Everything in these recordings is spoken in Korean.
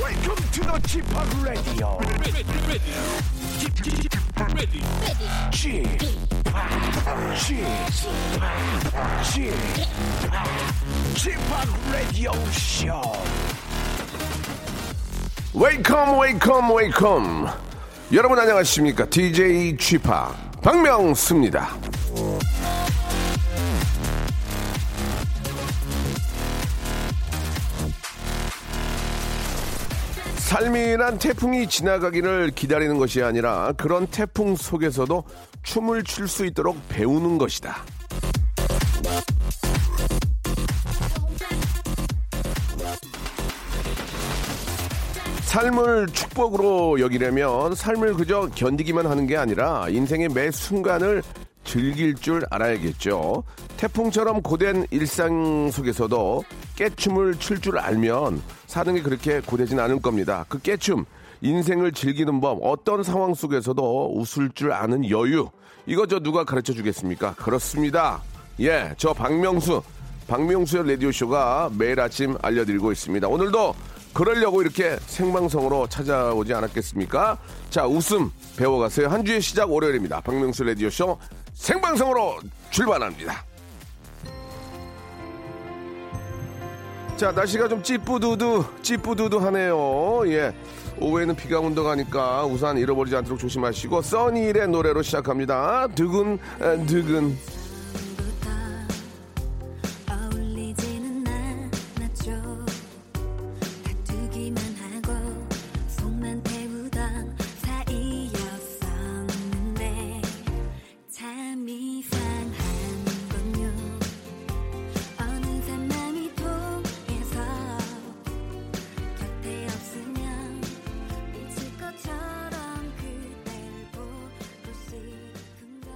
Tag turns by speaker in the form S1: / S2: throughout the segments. S1: Welcome to the g p o p Radio.
S2: ready, ready, ready, ready.
S1: g p o p g p o p g p o p Radio Show.
S3: 웨이컴 웨이컴 웨이컴 여러분 안녕하십니까 DJ g p o p 박명수입니다 삶이란 태풍이 지나가기를 기다리는 것이 아니라 그런 태풍 속에서도 춤을 출 수 있도록 배우는 것이다 삶을 축복으로 여기려면 삶을 그저 견디기만 하는 게 아니라 인생의 매 순간을 즐길 줄 알아야겠죠. 태풍처럼 고된 일상 속에서도 깨춤을 출 줄 알면 사는 게 그렇게 고되진 않을 겁니다. 그 깨춤, 인생을 즐기는 법, 어떤 상황 속에서도 웃을 줄 아는 여유. 이거 저 누가 가르쳐 주겠습니까? 그렇습니다. 예, 저 박명수. 박명수의 라디오쇼가 매일 아침 알려드리고 있습니다. 오늘도 그러려고 이렇게 생방송으로 찾아오지 않았겠습니까? 자, 웃음 배워가세요. 한 주의 시작 월요일입니다. 박명수 라디오쇼 생방송으로 출발합니다. 자, 날씨가 좀 찌뿌두두, 찌뿌두두 하네요. 예. 오후에는 비가 온다고 하니까 우산 잃어버리지 않도록 조심하시고, 써니힐의 노래로 시작합니다. 아, 드근, 에, 드근.
S4: 부터 어울리지는 않았죠 다투기만 하고 속만 태우던 사이였었는데 참 이상한 건요 어느새 맘이 통해서 곁에 없으면 미칠 것처럼 그댈 보고 싶은 걸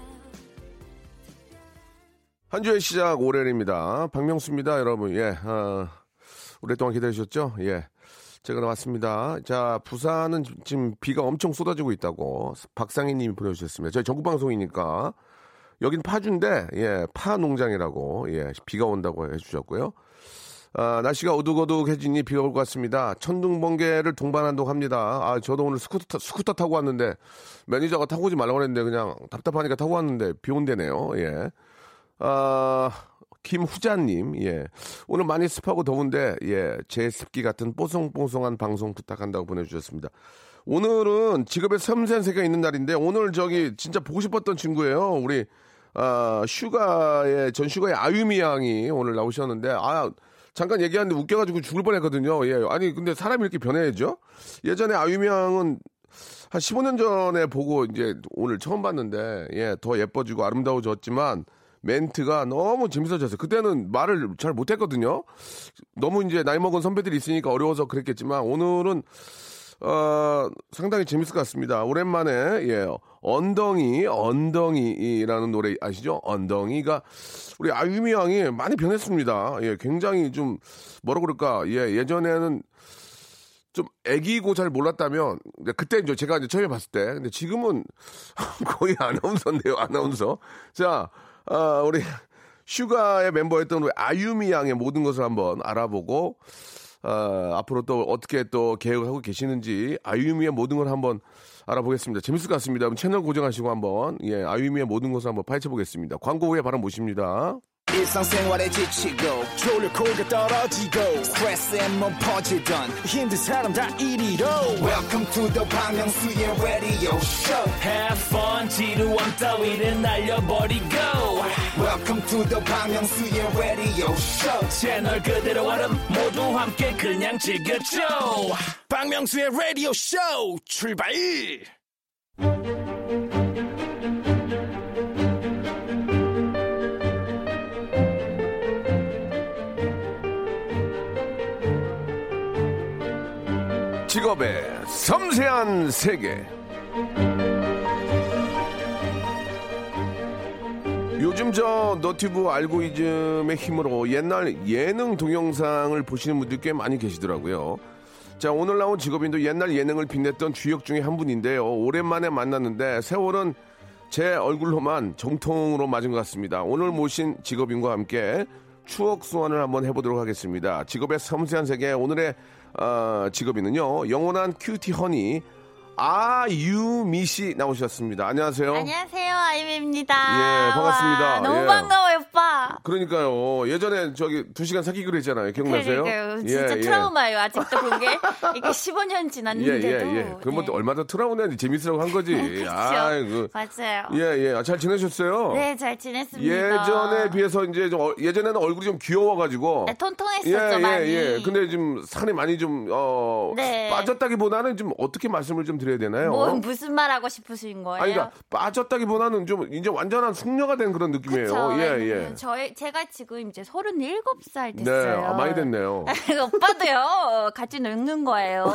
S3: 한 주의 시작 월요일입니다. 박명수입니다, 여러분. 예, 어, 오랫동안 기다리셨죠? 예. 제가 나왔습니다. 자, 부산은 지- 지금 비가 엄청 쏟아지고 있다고 박상희 님이 보내주셨습니다. 저희 전국방송이니까. 여긴 파주인데, 예, 파 농장이라고, 예, 비가 온다고 해주셨고요. 아, 날씨가 어둑어둑해지니 비가 올 것 같습니다. 천둥 번개를 동반한다고 합니다. 아, 저도 오늘 스쿠터, 타- 스쿠터 타고 왔는데, 매니저가 타고 오지 말라고 했는데, 그냥 답답하니까 타고 왔는데, 비 온대네요. 예. 아, 김후자님, 예. 오늘 많이 습하고 더운데, 예. 제 습기 같은 뽀송뽀송한 방송 부탁한다고 보내주셨습니다. 오늘은 직업의 섬세한 세계가 있는 날인데, 오늘 저기 진짜 보고 싶었던 친구예요. 우리, 아, 슈가의, 전 슈가의 아유미 양이 오늘 나오셨는데, 아, 잠깐 얘기하는데 웃겨가지고 죽을 뻔 했거든요. 예. 아니, 근데 사람이 이렇게 변해야죠? 예전에 아유미 양은 한 15년 전에 보고 이제 오늘 처음 봤는데 예, 더 예뻐지고 아름다워졌지만 멘트가 너무 재밌어졌어요. 그때는 말을 잘 못했거든요. 너무 이제 나이 먹은 선배들이 있으니까 어려워서 그랬겠지만 오늘은 어, 상당히 재밌을 것 같습니다. 오랜만에 예, 언덩이 언덩이라는 노래 아시죠? 언덩이가 우리 아유미 양이 많이 변했습니다. 예, 굉장히 좀 뭐라 그럴까 예, 예전에는 좀 애기고 잘 몰랐다면 근데 그때 이제 제가 이제 처음에 봤을 때 근데 지금은 거의 아나운서인데요 아나운서 자 아, 우리 슈가의 멤버였던 우리 아유미 양의 모든 것을 한번 알아보고 아, 앞으로 또 어떻게 또 계획을 하고 계시는지 아유미의 모든 걸 한번 알아보겠습니다 재밌을 것 같습니다 그럼 채널 고정하시고 한번 예 아유미의 모든 것을 한번 파헤쳐 보겠습니다 광고 후에 바로 모십니다
S5: 일상생활에 지치고, 졸려 코가 떨어지고, 스트레스에 몸 퍼지던, 힘든 사람 다 이리로. welcome to the Bang Myung-soo's radio show
S2: Have fun, 지루함 따위를 날려버리고
S5: welcome to the Bang Myung-soo's radio show
S2: 채널 그대로 얼음 모두 함께 그냥 즐겨줘 박명수의 라디오 쇼 출발
S3: 직업의 섬세한 세계. 요즘 저 너튜브 알고리즘의 힘으로 옛날 예능 동영상을 보시는 분들 꽤 많이 계시더라고요. 자, 오늘 나온 직업인도 옛날 예능을 빛냈던 주역 중에 한 분인데요. 오랜만에 만났는데 세월은 제 얼굴로만 정통으로 맞은 것 같습니다. 오늘 모신 직업인과 함께 추억 소환을 한번 해보도록 하겠습니다. 직업의 섬세한 세계 오늘의 아, 직업인은요. 영원한 큐티 허니 아, 아유미 씨 나오셨습니다. 안녕하세요.
S6: 안녕하세요, 아이비입니다.
S3: 어. 예, 반갑습니다.
S6: 와, 너무
S3: 예.
S6: 반가워요, 오빠.
S3: 그러니까요. 예전에 저기 두 시간 사귀기로 했잖아요. 기억나세요?
S6: 네, 그러니까요. 진짜 트라우마예요. 아직도 그게 이게 15년
S3: 예,
S6: 지났는데도.
S3: 예, 예. 그건 뭐
S6: 네.
S3: 얼마나 트라우마인데 재밌으라고 한 거지.
S6: 그렇죠.
S3: 아이고.
S6: 맞아요.
S3: 예, 예. 아, 잘 지내셨어요?
S6: 네, 잘 지냈습니다.
S3: 예전에 비해서 이제 좀 어- 예전에는 얼굴이 좀 귀여워가지고
S6: 네, 통통했었죠, 많이.
S3: 예, 근데 지금 살이 많이 좀 어,
S6: 네.
S3: 빠졌다기보다는 좀 어떻게 말씀을 좀 드려야 되나요? 어?
S6: 뭐, 무슨 말 하고 싶으신 거예요?
S3: 아니 그러니까 빠졌다기보다는 좀 이제 완전한 숙녀가 된 그런 느낌이에요.
S6: 그쵸?
S3: 예, 예.
S6: 저의 제가 지금 이제 37살
S3: 네,
S6: 됐어요.
S3: 아, 많이 됐네요.
S6: 오빠도요 같이 늙는 거예요.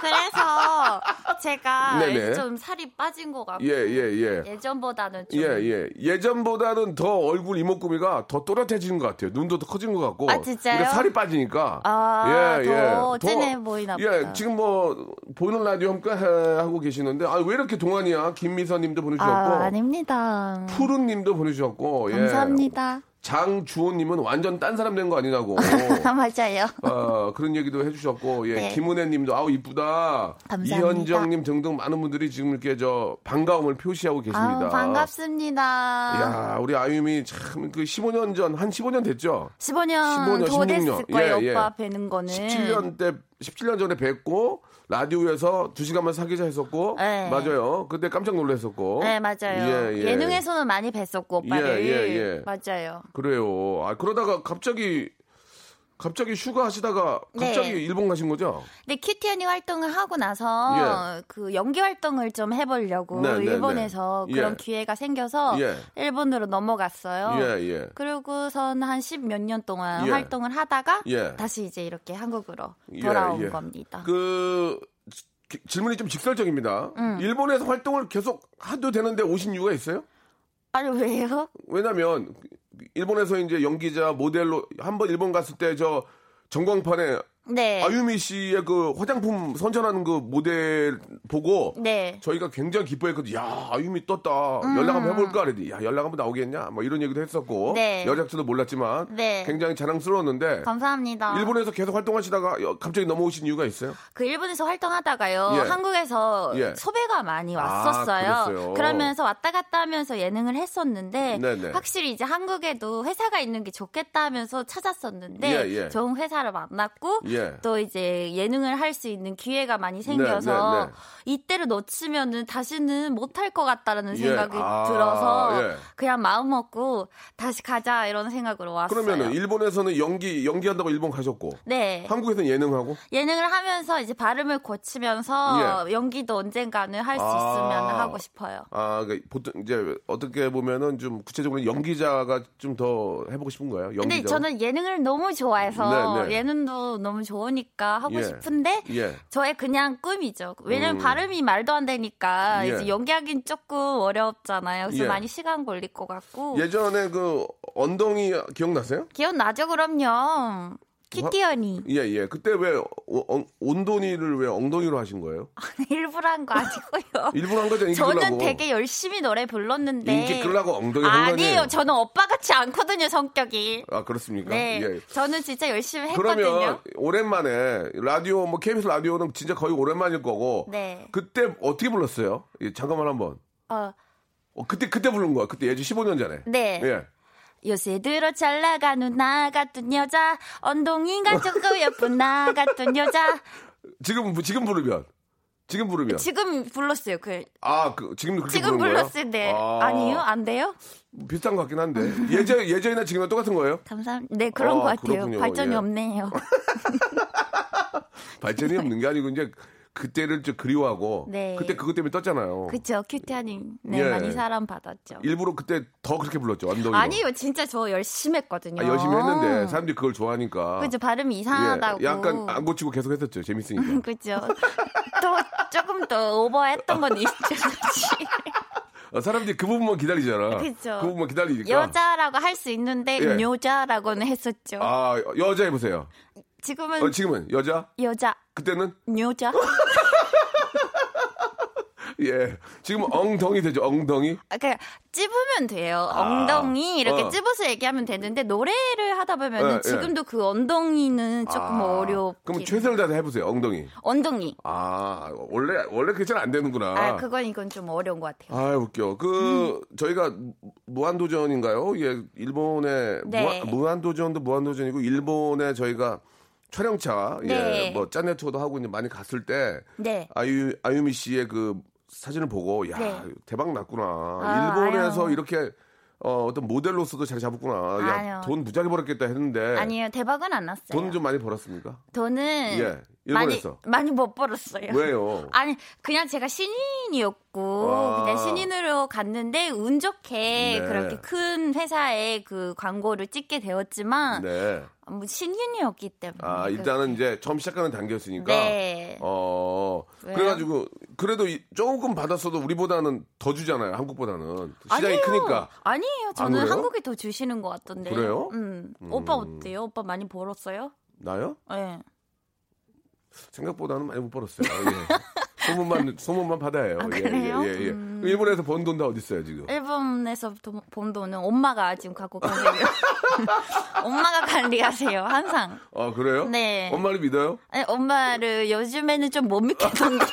S6: 그래서 제가
S3: 네네.
S6: 좀 살이 빠진 것 같고
S3: 예, 예, 예.
S6: 전보다는
S3: 예,
S6: 좀
S3: 예. 예전보다는 더 얼굴 이목구비가 더 또렷해진 것 같아요. 눈도 더 커진 것 같고.
S6: 아, 진짜요?
S3: 그러니까 살이 빠지니까.
S6: 아, 더 찐해 보이나
S3: 예,
S6: 보다.
S3: 지금 뭐, 보이는 라디오 함께 해- 하고 계시는데, 아, 왜 이렇게 동안이야? 김미선 님도 보내주셨고.
S6: 아, 아닙니다.
S3: 푸른 님도 보내주셨고.
S6: 감사합니다.
S3: 예. 장주호 님은 완전 딴 사람 된 거 아니냐고.
S6: 맞아요.
S3: 어, 그런 얘기도 해주셨고, 예,
S6: 네.
S3: 김은혜 님도, 아우, 이쁘다.
S6: 감사합니다.
S3: 이현정 님 등등 많은 분들이 지금 이렇게 저, 반가움을 표시하고 계십니다.
S6: 아우, 반갑습니다.
S3: 야, 우리 아유미 참 그 15년 전, 한 15년 됐죠?
S6: 15년,
S3: 15년,
S6: 더
S3: 16년.
S6: 됐을 거예요,
S3: 예, 예.
S6: 오빠 뵈는 거는.
S3: 17년 때 17년 전에 뵙고 라디오에서 2시간만 사귀자 했었고
S6: 네.
S3: 맞아요. 그때 깜짝 놀랐었고.
S6: 네, 맞아요.
S3: 예, 예.
S6: 예, 능에서는 많이 뵀었고, 오빠를.
S3: 예, 예, 예.
S6: 맞아요.
S3: 그래요. 아, 그러다가 갑자기 갑자기 휴가 하시다가 갑자기
S6: 네.
S3: 일본 가신 거죠?
S6: 근데 큐티 언니 활동을 하고 나서 그 연기 활동을 좀 해보려고
S3: 예. 네, 네,
S6: 일본에서
S3: 네.
S6: 그런
S3: 예.
S6: 기회가 생겨서
S3: 예.
S6: 일본으로 넘어갔어요.
S3: 예, 예.
S6: 그러고선 한 십 몇 년 동안
S3: 예.
S6: 활동을 하다가
S3: 예.
S6: 다시 이제 이렇게 한국으로
S3: 예,
S6: 돌아온
S3: 예.
S6: 겁니다.
S3: 그 지- 기- 질문이 좀 직설적입니다.
S6: 음.
S3: 일본에서 활동을 계속 하도 되는데 오신 이유가 있어요?
S6: 아니 왜요?
S3: 왜냐면 일본에서 이제 연기자 모델로 한 번 일본 갔을 때 저 전광판에
S6: 네.
S3: 아유미 씨의 그 화장품 선전하는 그 모델 보고
S6: 네. 음.
S3: 저희가 굉장히 기뻐했거든요. 야, 아유미 떴다. 연락 한번 해볼까? 그랬더니, 야, 연락 한번 나오겠냐? 뭐 이런 얘기도 했었고.
S6: 네.
S3: 여작자도 몰랐지만.
S6: 네.
S3: 굉장히 자랑스러웠는데.
S6: 감사합니다.
S3: 일본에서 계속 활동하시다가 여- 갑자기 넘어오신 이유가 있어요?
S6: 그 일본에서 활동하다가요
S3: 예.
S6: 한국에서
S3: 예.
S6: 소배가 많이
S3: 아,
S6: 왔었어요.
S3: 그랬어요.
S6: 그러면서 왔다 갔다 하면서 예능을 했었는데
S3: 네네.
S6: 확실히 이제 한국에도 회사가 있는 게 좋겠다 하면서 찾았었는데
S3: 예, 예.
S6: 좋은 회사를 만났고
S3: 예.
S6: 또 이제 예능을 할 수 있는 기회가 많이 생겨서
S3: 네, 네.
S6: 이때를 놓치면은 다시는 못 할 것 같다라는
S3: 예.
S6: 생각이
S3: 아,
S6: 들어서
S3: 예.
S6: 그냥 마음 먹고 다시 가자 이런 생각으로 왔어요.
S3: 그러면은 일본에서는 연기, 연기한다고 일본 가셨고.
S6: 네.
S3: 한국에서는 예능하고.
S6: 예능을 하면서 이제 발음을 고치면서 연기도 언젠가는 할 수
S3: 예. 아.
S6: 있으면 하고 싶어요.
S3: 아, 그 보통 이제 어떻게 보면은 좀 구체적으로 연기자가 좀 더 해보고 싶은 거예요. 연기자.
S6: 근데 저는 예능을 너무 좋아해서
S3: 네, 네.
S6: 예능도 너무 좋으니까 하고
S3: 예.
S6: 싶은데
S3: 예.
S6: 저의 그냥 꿈이죠. 왜냐면 발음이 말도 안 되니까
S3: 예.
S6: 이제 연기하긴 조금 어렵잖아요. 그래서
S3: 예.
S6: 많이 시간 걸릴 것 같고
S3: 예전에 그 언덩이 기억나세요?
S6: 기억나죠 그럼요. 키티 언니
S3: 예, 예. 그때 왜 어- 엉- 온돈이를 왜 엉덩이로 하신 거예요?
S6: 일부러 한 거 아니고요.
S3: 일부러 한 거죠, 인기 끌라고.
S6: 아, 저는 되게 열심히 노래 불렀는데
S3: 인기 끌라고 엉덩이 한거
S6: 아니에요. 저는 오빠 같지 않거든요 성격이.
S3: 아, 그렇습니까?
S6: 네,
S3: 예.
S6: 저는 진짜 열심히 했거든요.
S3: 그러면 오랜만에 라디오 뭐 KBS 라디오는 진짜 거의 오랜만일 거고
S6: 네.
S3: 그때 어떻게 불렀어요? 예, 잠깐만 한번.
S6: 어,
S3: 어, 그때 그때 부른 거야. 그때 예전 15년 전에.
S6: 네.
S3: 예.
S6: 요새 들어 잘 나가는 나 같은 여자 엉덩이가 조금 예쁜 나 같은 여자
S3: 지금 부- 지금 부르면 지금 부르면
S6: 지금 불렀어요. 그
S3: 아, 그 지금 그렇게
S6: 지금
S3: 부르는 거예요?
S6: 불렀을 때
S3: 아,
S6: 아... 니요안 돼요?
S3: 비슷한 것 같긴 한데. 예전 예전이나 지금이나 똑같은 거예요?
S6: 감사합니다. 네 그런
S3: 아,
S6: 것 같아요.
S3: 그렇군요.
S6: 발전이
S3: 예.
S6: 없네요.
S3: 발전이 없는 게 아니고 이제 그때를 좀 그리워하고
S6: 네.
S3: 그때 그것 때문에 떴잖아요.
S6: 그쵸 큐티아님 네
S3: 어. 예.
S6: 많이 사람 받았죠.
S3: 일부러 그때 더 그렇게 불렀죠. 완동이.
S6: 아니요 진짜 저 열심히 했거든요.
S3: 아,
S6: 아,
S3: 열심히 했는데 사람들이 그걸 좋아하니까.
S6: 그죠 발음이
S3: 예,
S6: 이상하다고.
S3: 약간 안 고치고 계속 했었죠. 재밌으니까.
S6: 그죠. 또 조금 더 오버했던 건 있죠. 사실.
S3: 어, 사람들이 그 부분만 기다리잖아.
S6: 그죠.
S3: 그 부분만 기다리니까.
S6: 여자라고 할 수 있는데
S3: 예.
S6: 여자라고는 했었죠.
S3: 아 여자 해보세요.
S6: 지금은
S3: 어, 지금은 여자.
S6: 여자,
S3: 그때는
S6: 여자.
S3: 예. 지금 엉덩이 되죠, 엉덩이?
S6: 아, 그러니까 찝으면 돼요. 엉덩이 이렇게
S3: 아, 어.
S6: 찝어서 얘기하면 되는데 노래를 하다 보면
S3: 예, 예.
S6: 은 지금도 그 엉덩이는 조금
S3: 아,
S6: 어렵게.
S3: 그럼 최선을 다해 보세요, 엉덩이.
S6: 엉덩이.
S3: 아, 원래, 원래 그게 잘 안 되는구나.
S6: 아, 그건 음. 이건 좀 어려운 것 같아요.
S3: 아 웃겨. 그 저희가 무한도전인가요? 예, 일본의
S6: 네.
S3: 무한, 도전도 무한도전이고 일본에 저희가 촬영차,
S6: 네.
S3: 예, 뭐 짠내 투어도 하고 이제 많이 갔을 때
S6: 네.
S3: 아유 아유미 씨의 그 사진을 보고 야
S6: 네.
S3: 대박 났구나.
S6: 아,
S3: 일본에서
S6: 아유.
S3: 이렇게 어, 어떤 모델로서도 잘 잡았구나.
S6: 아유.
S3: 야, 돈 무지하게 벌었겠다 했는데
S6: 아니에요. 대박은 안 났어요.
S3: 예. 돈 좀 많이 벌었습니까?
S6: 돈은
S3: 예,
S6: 많이
S3: 일본에서.
S6: 많이 못 벌었어요.
S3: 왜요?
S6: 아니 그냥 제가 신인이었고
S3: 아.
S6: 그냥 신인으로 갔는데 운 좋게
S3: 네.
S6: 그렇게 큰 회사에 그 광고를 찍게 되었지만
S3: 네.
S6: 뭐 신인이었기 때문에 그
S3: 아, 일단은 이제 처음 시작하는 단계였으니까.
S6: 네.
S3: 어.
S6: 왜요?
S3: 그래가지고 그래도 이- 조금 받았어도 우리보다는 더 주잖아요. 한국보다는 시장이
S6: 아니에요.
S3: 크니까.
S6: 아니에요. 저는
S3: 그래요?
S6: 한국이 더 주시는 것 같던데.
S3: 그래요?
S6: 음. 오빠 어때요? 오빠 많이 벌었어요?
S3: 나요?
S6: 예.
S3: 생각보다는 많이 못 벌었어요. 예. 소문만 소문만 받아요.
S6: 아, 그래요?
S3: 예, 예, 예. 일본에서 번 돈 다 어디 있어요 지금?
S6: 일본에서 도- 본 돈은 엄마가 지금 갖고 계세요. 엄마가 관리하세요. 항상.
S3: 아 그래요?
S6: 네.
S3: 엄마를 믿어요?
S6: 아니, 엄마를 요즘에는 좀 못 믿겠던데.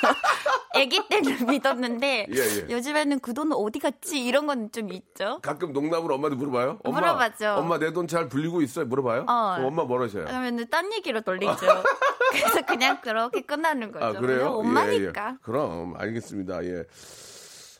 S6: 아기 때는 믿었는데
S3: 예, 예.
S6: 요즘에는 그 돈 어디 갔지? 이런 건 좀 있죠.
S3: 가끔 농담으로 엄마한테 물어봐요? 엄마,
S6: 물어봤죠.
S3: 엄마 내 돈 잘 불리고 있어요? 물어봐요?
S6: 어.
S3: 그럼 엄마 뭐라셔요?
S6: 그러면은 딴 얘기로 돌리죠. 그래서 그냥 그렇게 끝나는 거죠.
S3: 아, 그래요?
S6: 엄마니까.
S3: 예, 예. 그럼, 알겠습니다. 예.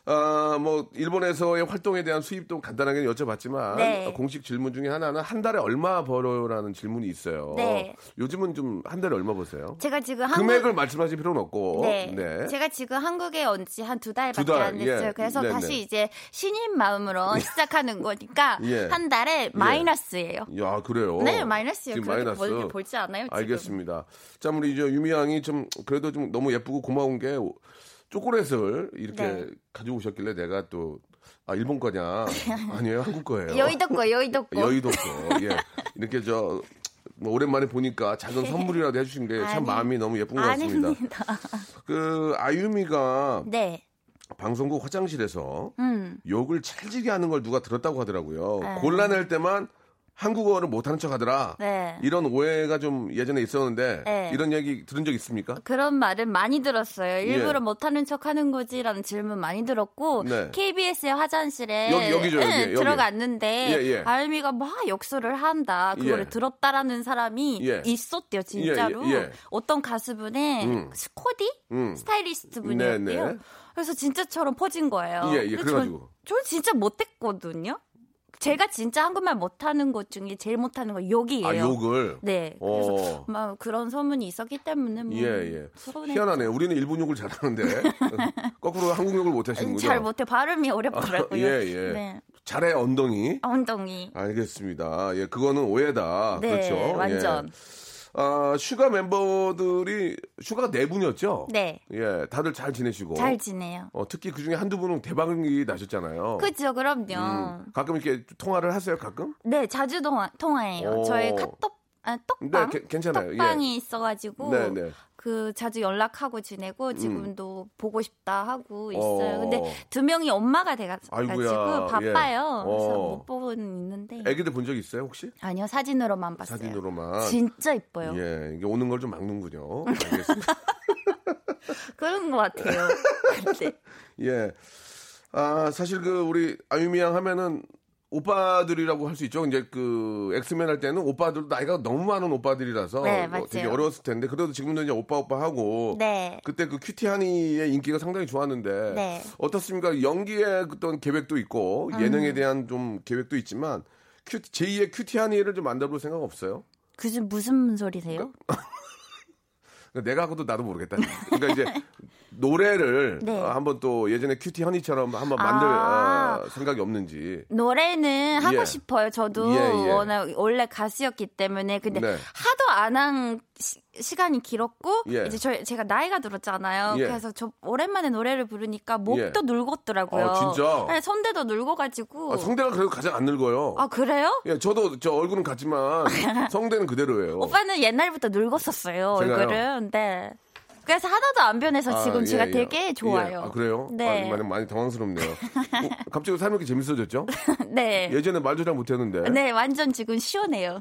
S3: 아, 뭐, 일본에서의 활동에 대한 수입도 간단하게 여쭤봤지만,
S6: 네.
S3: 어, 공식 질문 중에 하나는 한 달에 얼마 벌어요라는 질문이 있어요.
S6: 네.
S3: 요즘은 좀 한 달에 얼마 버세요?
S6: 제가 지금 한국
S3: 금액을 말씀하실 필요는 없고,
S6: 네. 제가 지금 한국에 온 지 한 두 달밖에
S3: 두 달,
S6: 안 됐어요.
S3: 예.
S6: 그래서
S3: 네,
S6: 다시
S3: 네.
S6: 이제 신인 마음으로 시작하는 거니까
S3: 예.
S6: 한 달에 마이너스예요.
S3: 야, 그래요?
S6: 네, 마이너스예요.
S3: 지금
S6: 그렇게
S3: 마이너스.
S6: 벌- 벌지 않아요, 지금.
S3: 알겠습니다. 자, 우리 이제 유미 양이 좀, 그래도 좀 너무 예쁘고 고마운 게, 초콜릿을 이렇게
S6: 네.
S3: 가져오셨길래 내가 또, 아, 일본 거냐? 아니에요, 한국 거예요.
S6: 여의도 거, 여의도 거.
S3: 여의도 거. 예. 이렇게 저, 뭐 오랜만에 보니까 작은 선물이라도 해주신 게 참
S6: 네. 아니.
S3: 마음이 너무 예쁜 것 같습니다.
S6: 아닙니다.
S3: 그, 아유미가
S6: 네.
S3: 방송국 화장실에서
S6: 음.
S3: 욕을 찰지게 하는 걸 누가 들었다고 하더라고요.
S6: 아.
S3: 곤란할 때만 한국어를 못하는 척 하더라.
S6: 네.
S3: 이런 오해가 좀 예전에 있었는데
S6: 네.
S3: 이런 얘기 들은 적 있습니까?
S6: 그런 말은 많이 들었어요. 일부러 못하는 척 하는 거지라는 질문 많이 들었고,
S3: 예. 네.
S6: KBS의 화장실에
S3: 여기, 여기죠,
S6: 응,
S3: 여기, 여기.
S6: 들어갔는데,
S3: 예, 예.
S6: 아유미가 막 역설을 한다. 그거를
S3: 예.
S6: 들었다라는 사람이
S3: 예.
S6: 있었대요, 진짜로.
S3: 예, 예, 예.
S6: 어떤 가수분의 스코디?
S3: 음.
S6: 스타일리스트
S3: 네,
S6: 분이었대요.
S3: 네.
S6: 그래서 진짜처럼 퍼진 거예요.
S3: 예, 예,
S6: 근데
S3: 그래가지고.
S6: 저, 는 진짜 못했거든요. 제가 진짜 한국말 못하는 것 중에 제일 못하는 건 욕이에요.
S3: 아 욕을.
S6: 예. 네. 그래서
S3: 어.
S6: 막 그런 소문이 있었기 때문에 뭐
S3: 예, 예.
S6: 서운해.
S3: 희한하네. 우리는 일본 욕을 잘하는데 거꾸로 한국 욕을 못 하시는군요.
S6: 음, 잘 못해 발음이 어렵더라고요.
S3: 예, 예.
S6: 네.
S3: 잘해 엉덩이.
S6: 엉덩이.
S3: 알겠습니다. 예, 그거는 오해다.
S6: 네,
S3: 그렇죠.
S6: 완전.
S3: 예. 아, 슈가 멤버들이 슈가 네 분이었죠.
S6: 네.
S3: 예, 다들 잘 지내시고.
S6: 잘 지내요.
S3: 어, 특히 그 중에 한두 분은 대박이 나셨잖아요.
S6: 그죠, 그럼요.
S3: 어. 음, 가끔 이렇게 통화를 하세요, 가끔?
S6: 네, 자주 통화, 통화해요.
S3: 오.
S6: 저희 카톡, 아,
S3: 어. 네,
S6: 떡방?
S3: 게- 괜찮아요. 예.
S6: 떡방이 있어가지고,
S3: 네, 네.
S6: 그 자주 연락하고 지내고, 지금도 보고 싶다 하고 있어요.
S3: 어.
S6: 근데 두 명이 엄마가 돼가지고
S3: 아이고야,
S6: 바빠요.
S3: 예.
S6: 그래서
S3: 어.
S6: 못 보고는 있는데.
S3: 애기들 본 적 있어요, 혹시?
S6: 아니요, 사진으로만 봤어요.
S3: 사진으로만.
S6: 진짜 이뻐요.
S3: 아, 예, 이게 오는 걸 좀 막는군요. 알겠습니다.
S6: 그런 것 같아요. 근데
S3: 예. 아, 사실 그 우리 아유미 양 하면은 오빠들이라고 할 수 있죠. 이제 그 엑스맨 할 때는 오빠들 나이가 너무 많은 오빠들이라서
S6: 네,
S3: 뭐 되게
S6: 맞아요.
S3: 어려웠을 텐데 그래도 지금도 이제 오빠 오빠 하고
S6: 네.
S3: 그때 그 큐티하니의 인기가 상당히 좋았는데
S6: 네. 음.
S3: 어떻습니까? 연기의 어떤 계획도 있고 예능에 대한 좀 계획도 있지만 큐, 제2의 큐티하니를 좀 만나볼 생각 없어요?
S6: 그즘 무슨 소리세요?
S3: 그러니까 내가 하고도 나도 모르겠다. 그러니까 이제 노래를
S6: 네.
S3: 어, 한번 또 예전에 큐티 허니처럼 한번 만들
S6: 아.
S3: 어, 생각이 없는지.
S6: 노래는 하고
S3: 예.
S6: 싶어요. 저도
S3: 예, 예.
S6: 워낙 원래 가수였기 때문에 근데
S3: 네.
S6: 하도 안 한 시간이 길었고
S3: 예.
S6: 이제 저, 제가 나이가 들었잖아요.
S3: 예.
S6: 그래서 저 오랜만에 노래를 부르니까 목도 늙었더라고요.
S3: 아, 진짜?
S6: 네, 손대도 늙어가지고
S3: 아, 성대가 그래도 가장 안 늙어요.
S6: 아, 그래요?
S3: 예, 저도 저 얼굴은 같지만 성대는 그대로예요.
S6: 오빠는 옛날부터 늙었었어요
S3: 제가요?
S6: 얼굴은. 네. 그래서 하나도 안 변해서
S3: 아,
S6: 지금
S3: 예,
S6: 제가
S3: 예.
S6: 되게 좋아요.
S3: 예. 아, 그래요?
S6: 네.
S3: 아, 많이, 많이 당황스럽네요. 어, 갑자기 삶이 이렇게 재밌어졌죠?
S6: 네.
S3: 예전에 말도 잘 못했는데.
S6: 네, 완전 지금 시원해요.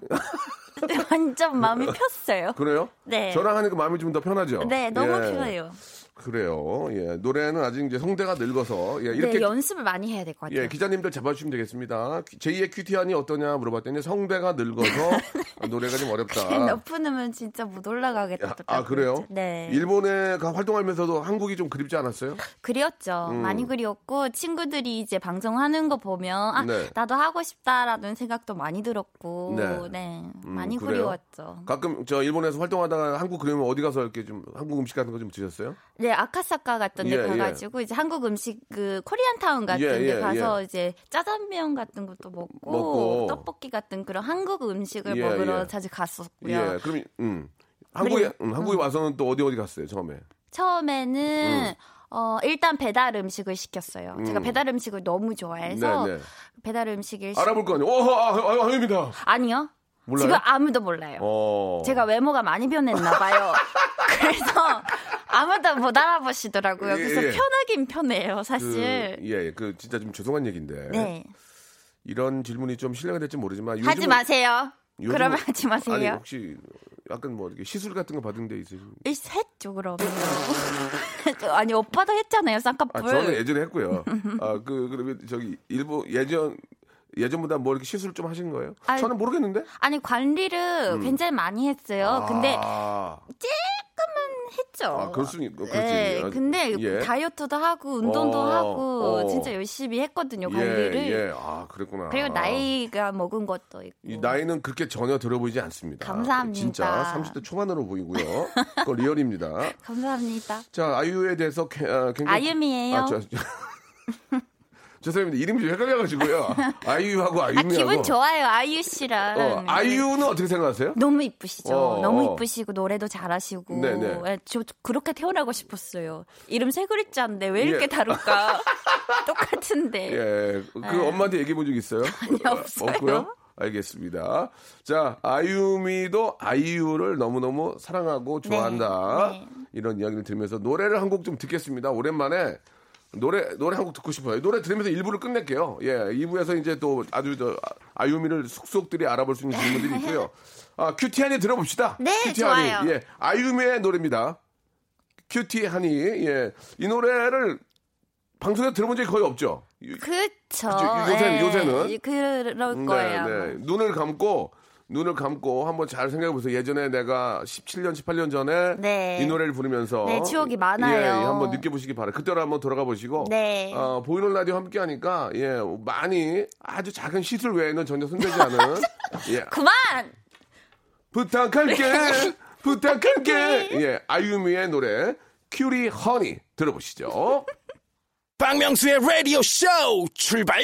S6: 네, 완전 마음이 폈어요.
S3: 그래요?
S6: 네.
S3: 저랑 하니까 마음이 좀 더 편하죠?
S6: 네, 너무
S3: 예.
S6: 필요해요.
S3: 그래요. 예. 노래는 아직 이제 성대가 늙어서. 예, 이렇게
S7: 네, 연습을 많이 해야 될 것 같아요.
S6: 네,
S3: 예, 기자님들 잡아주시면 되겠습니다. 제2의 큐티안이 어떠냐 물어봤더니 성대가 늙어서 노래가 좀
S6: 아,
S3: 어렵다.
S6: 높은 음은 진짜 못 올라가겠다.
S3: 아, 그래요?
S6: 네.
S3: 일본에 가- 활동하면서도 한국이 좀 그립지 않았어요?
S6: 그리웠죠.
S3: 음.
S6: 많이 그리웠고 친구들이 이제 방송하는 거 보면 아,
S3: 네.
S6: 나도 하고 싶다라는 생각도 많이 들었고
S3: 네.
S6: 네,
S3: 음,
S6: 많이
S3: 그래요?
S6: 그리웠죠.
S3: 가끔 저 일본에서 활동하다가 한국 그러면 어디 가서 이렇게 좀 한국 음식 같은 거 좀 드셨어요?
S6: 네, 아카사카 같은 데
S3: 예,
S6: 가가지고 이제 한국 음식 그 코리안 타운 같은
S3: 예, 예,
S6: 데 가서 이제 짜장면 같은 것도 먹고,
S3: 먹고.
S6: 떡볶이 같은 그런 한국 음식을
S3: 예,
S6: 먹으러
S3: 예.
S6: 자주 갔었고요.
S3: 예. 그럼 음. 한국에 음, 한국에 와서는 또 어디 어디 갔어요 처음에?
S6: 처음에는 어, 일단 배달 음식을 시켰어요. 제가 배달 음식을 너무 좋아해서
S3: 네, 네.
S6: 배달 음식을 시...
S3: 알아볼 거 아니에요. 어, 아, 아, 아, 아닙니다.
S6: 아니요.
S3: 몰라요?
S6: 지금 아무도 몰라요.
S3: 어.
S6: 제가 외모가 많이 변했나 봐요. 그래서 아무도 못 알아보시더라고요. 그래서
S3: 예, 예.
S6: 편하긴 편해요,
S3: 그,
S6: 사실.
S3: 예, 그 진짜 좀 죄송한 얘기인데
S6: 네.
S3: 이런 질문이 좀 실례가 될지 모르지만 요즘
S6: 하지 마세요.
S3: 요즘은-
S6: 그러면 하지 마세요.
S3: 아니 혹시 약간 뭐 이렇게 시술 같은 거 받은 데 있으신?
S6: 이 했죠, 그럼. 아니, 오빠도 했잖아요,
S3: 아
S6: 쌍꺼풀.
S3: 저는 예전에 했고요. 아그 그러면 저기 일부 예전 예전보다 뭐 이렇게 시술 좀 하신 거예요?
S6: 아이,
S3: 저는 모르겠는데.
S6: 아니, 관리를
S3: 음.
S6: 굉장히 많이 했어요. 근데
S3: 아,
S6: 조금은 했죠.
S3: 아 그럴 수 있, 그렇지.
S6: 네,
S3: 아,
S6: 근데 그
S3: 예.
S6: 다이어트도 하고 운동도
S3: 어,
S6: 하고
S3: 어.
S6: 진짜 열심히 했거든요
S3: 예,
S6: 관리를.
S3: 예, 아 그랬구나.
S6: 그리고 나이가 먹은 것도 있고.
S3: 이 나이는 그렇게 전혀 들어보이지 않습니다.
S6: 감사합니다.
S3: 진짜 30대 초반으로 보이고요. 그거 리얼입니다.
S6: 감사합니다.
S3: 자, 아이유에 대해서 개- 아, 굉장히
S6: 아유미예요.
S3: 아, 저, 저, 죄송합니다. 이름이 좀 헷갈려가지고요. 아이유하고
S6: 아,
S3: 아유미하고.
S6: 기분 좋아요 아이유 씨랑.
S3: 어, 아이유는 어떻게 생각하세요?
S6: 너무 이쁘시죠.
S3: 어, 어.
S6: 너무 이쁘시고 노래도 잘하시고.
S3: 네네.
S6: 예, 저 그렇게 태어나고 싶었어요. 이름 세 글자인데 왜 이렇게
S3: 예.
S6: 다를까? 똑같은데.
S3: 예, 그 엄마한테 얘기해 본 적 있어요? 아니,
S6: 아. 없어요.
S3: 없고요. 알겠습니다. 자, 아유미도 아이유를 너무너무 사랑하고 좋아한다.
S6: 네.
S3: 이런 이야기를 들으면서 노래를 한 곡 좀 듣겠습니다. 오랜만에 노래, 노래 한 곡 듣고 싶어요. 노래 들으면서 1부를 끝낼게요. 예, 2부에서 이제 또 아주 저 아유미를 속속들이 알아볼 수 있는 질문들이 있고요. 아, 큐티 하니 들어봅시다.
S6: 네,
S3: 큐티 하니.
S6: 좋아요.
S3: 예, 아유미의 노래입니다. 큐티 하니. 예, 이 노래를 방송에서 들어본 적이 거의 없죠.
S6: 그쵸. 예.
S3: 그치, 요새는- 요새는. 음, 네,
S6: 그럴 거예요. 아마.
S3: 눈을 감고 눈을 감고 한번 잘 생각해 보세요. 예전에 내가 17년, 18년 전에
S6: 네.
S3: 이 노래를 부르면서
S6: 네, 추억이 많아요.
S3: 예, 예, 한번 느껴보시기 바라요. 그때로 한번 돌아가 보시고
S6: 네.
S3: 어, 보이는 라디오 함께 하니까 예, 많이 아주 작은 시술 외에는 전혀 손대지 않은 예,
S6: 그만!
S3: 부탁할게. 부탁할게. 예, 아유미의 노래 큐리 허니 들어보시죠.
S2: 박명수의 라디오 쇼 출발!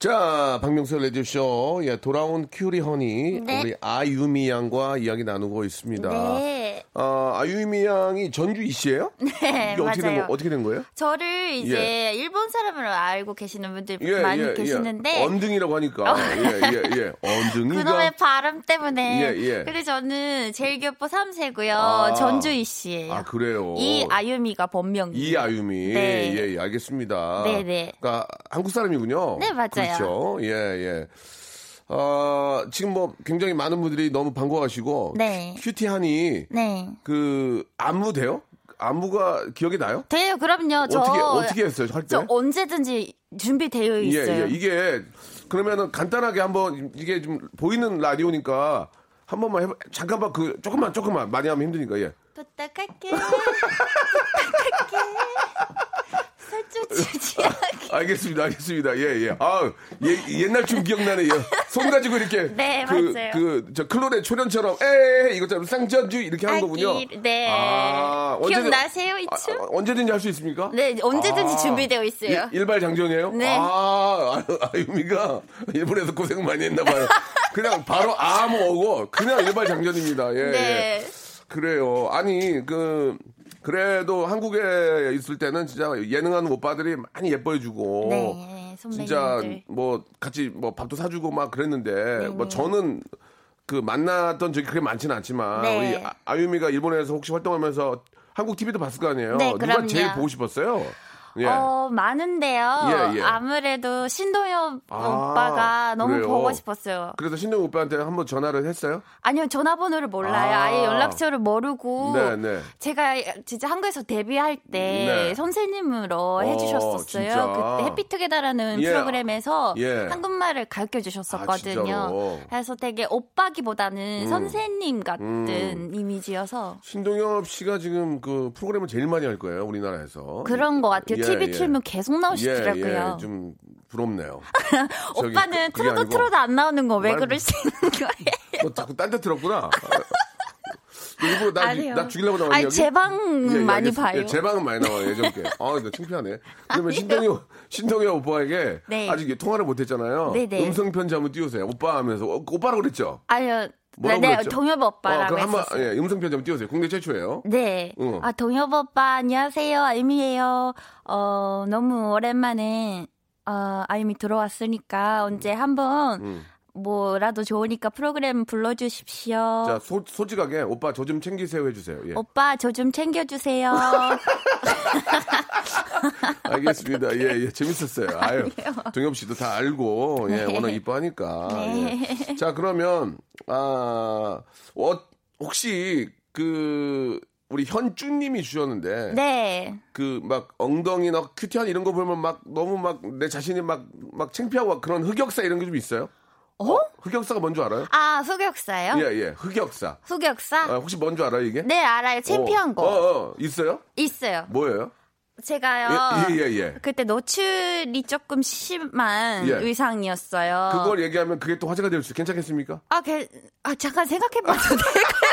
S3: 자, 박명수 레디쇼 예, 돌아온 큐리 허니
S6: 네.
S3: 우리 아유미 양과 이야기 나누고 있습니다.
S6: 네.
S3: 아, 아유미 양이 전주 이씨예요?
S6: 네,
S3: 이게 어떻게 된
S6: 맞아요.
S3: 거, 어떻게 된 거예요?
S6: 저를 이제 일본 사람으로 알고 계시는 분들
S3: 예,
S6: 많이
S3: 예, 예.
S6: 계시는데 어.
S3: 언등이라고 하니까. 예, 예, 예. 언등이가
S6: 그놈의 발음 때문에
S3: 예, 예.
S6: 그래서 저는 제일교포 3세고요
S3: 아.
S6: 전주희 씨예요
S3: 아, 그래요.
S6: 이 아유미가 본명
S3: 이 아유미.
S6: 네.
S3: 예, 예, 알겠습니다.
S6: 네, 네.
S3: 그러니까 한국 사람이군요.
S6: 네, 맞아요.
S3: 그렇죠. 예, 예. 아, 지금 뭐 굉장히 많은 분들이 너무 반가워하시고
S6: 네.
S3: 큐티하니
S6: 네
S3: 그 안무 돼요? 안무가 기억이 나요?
S6: 돼요 그럼요 저,
S3: 어떻게 어떻게 했어요? 할 때?
S6: 저 언제든지 준비되어 있어요
S3: 예, 예. 이게 그러면은 간단하게 한번 이게 좀 보이는 라디오니까 한 번만 해 잠깐만 그 조금만 조금만 많이 하면 힘드니까 예.
S6: 부탁할게 부탁할게 살쪄지지 않게
S3: 알겠습니다. 알겠습니다. 예, 예. 아, 예, 옛날 춤 기억나네. 예. 손 가지고 이렇게
S6: 네,
S3: 그,
S6: 맞아요.
S3: 그 저 클론의 초련처럼 에이 이것처럼 쌍전주 이렇게 한 거군요.
S6: 아기, 네.
S3: 언제든-
S6: 기억나세요, 이
S3: 아,
S6: 춤?
S3: 아, 예, 언제든지 할 수 있습니까?
S6: 네, 언제든지 준비되어 있어요.
S3: 일, 발 장전이에요?
S6: 네.
S3: 아, 아, 아유미가 일본에서 고생 많이 했나 봐요. 그냥 바로 아무 뭐 오고 그냥 일발 장전입니다. 예.
S6: 네.
S3: 예. 그래요. 아니, 그 그래도 한국에 있을 때는 진짜 예능하는 오빠들이 많이 예뻐해 주고
S6: 네,
S3: 어, 진짜
S6: 선배님들.
S3: 뭐 같이 뭐 밥도 사주고 막 그랬는데
S6: 네.
S3: 뭐 저는 그 만났던 적이 그렇게 많지는 않지만
S6: 네.
S3: 우리 아- 아유미가 일본에서 혹시 활동하면서 한국 TV도 봤을 거 아니에요.
S6: 네,
S3: 누가
S6: 그럼요.
S3: 제일 보고 싶었어요? 예.
S6: 어, 많은데요.
S3: 예, 예.
S6: 아무래도 신동엽
S3: 아,
S6: 오빠가 너무
S3: 그래요?
S6: 보고 싶었어요.
S3: 그래서 신동 오빠한테 한번 전화를 했어요?
S6: 아니요, 전화번호를 몰라요.
S3: 아.
S6: 아. 예 연락처를 모르고.
S3: 네, 네.
S6: 제가 진짜 한국에서 데뷔할 때
S3: 네. 어,
S6: 선생님으로 해주셨었어요.
S3: 진짜.
S6: 그때 해피투게더라는
S3: 예.
S6: 프로그램에서
S3: 예.
S6: 한국말을 가르쳐
S3: 아,
S6: 주셨었거든요.
S3: 진짜로? 음.
S6: 그래서 되게 오빠기보다는 선생님 같은 이미지여서
S3: 신동엽 씨가 지금 그 프로그램을 제일 많이 할 거예요, 우리나라에서.
S6: 그런 것 같아요.
S3: 예,
S6: TV
S3: 예.
S6: 틀면 계속
S3: 예,
S6: 나오시더라고요.
S3: 예, 좀 부럽네요. 저기
S6: 오빠는
S3: 그- 그게
S6: 틀어도
S3: 아니고
S6: 틀어도 안 나오는 거 왜
S3: 말-
S6: 그러시는 거예요?
S3: 너 자꾸 딴 데 들었구나. 일부러 나,
S6: 아니에요.
S3: 나 죽이려고 예, 나왔냐?
S6: 아니, 제방 많이 봐요.
S3: 제방은 많이 나와요, 예전 게. 아, 나 창피하네. 그러면 신동엽, 신동엽 오빠에게
S6: 네.
S3: 아직 통화를 못 했잖아요.
S6: 네, 네.
S3: 음성편지 한번 띄우세요. 오빠 하면서. 어, 오빠라고 그랬죠?
S6: 아니요. 네,
S3: 뭐라고
S6: 네,
S3: 그랬죠?
S6: 동엽
S3: 어,
S6: 오빠라고
S3: 그럼 한번,
S6: 했었어요.
S3: 예, 음성편지 한번 띄우세요. 국내 최초예요.
S6: 네.
S3: 응.
S6: 아, 동엽 오빠, 안녕하세요. 아유미예요. 어, 너무 오랜만에, 어, 아유미 들어왔으니까 언제
S3: 음.
S6: 한번 뭐라도 좋으니까 프로그램 불러주십시오.
S3: 자, 소, 소직하게 오빠 저 좀 챙기세요 해주세요. 예.
S6: 어? 오빠, 저 좀 챙겨주세요.
S3: 알겠습니다. 예, 예, 재밌었어요. 아유, 동엽 씨도 다 알고, 예,
S6: 네.
S3: 워낙 이뻐하니까. 예. 자, 그러면, 아, 어, 혹시, 그, 우리 현쭈님이 주셨는데,
S6: 네.
S3: 그, 막, 엉덩이나 큐티한 이런 거 보면 막, 너무 막, 내 자신이 막, 막 창피하고 막 그런 흑역사 이런 게 좀 있어요?
S6: 어?
S3: 흑역사가 뭔 줄 알아요?
S6: 아, 흑역사요?
S3: 예, 예, 흑역사.
S6: 흑역사?
S3: 아, 혹시 뭔 줄 알아요, 이게?
S6: 네, 알아요. 창피한
S3: 어,
S6: 거.
S3: 어, 어, 있어요?
S6: 있어요.
S3: 뭐예요?
S6: 제가요.
S3: 예, 예, 예.
S6: 그때 노출이 조금 심한
S3: 예.
S6: 의상이었어요.
S3: 그걸 얘기하면 그게 또 화제가 될 수 괜찮겠습니까?
S6: 아, 그, 아 잠깐 생각해봐도 될까요?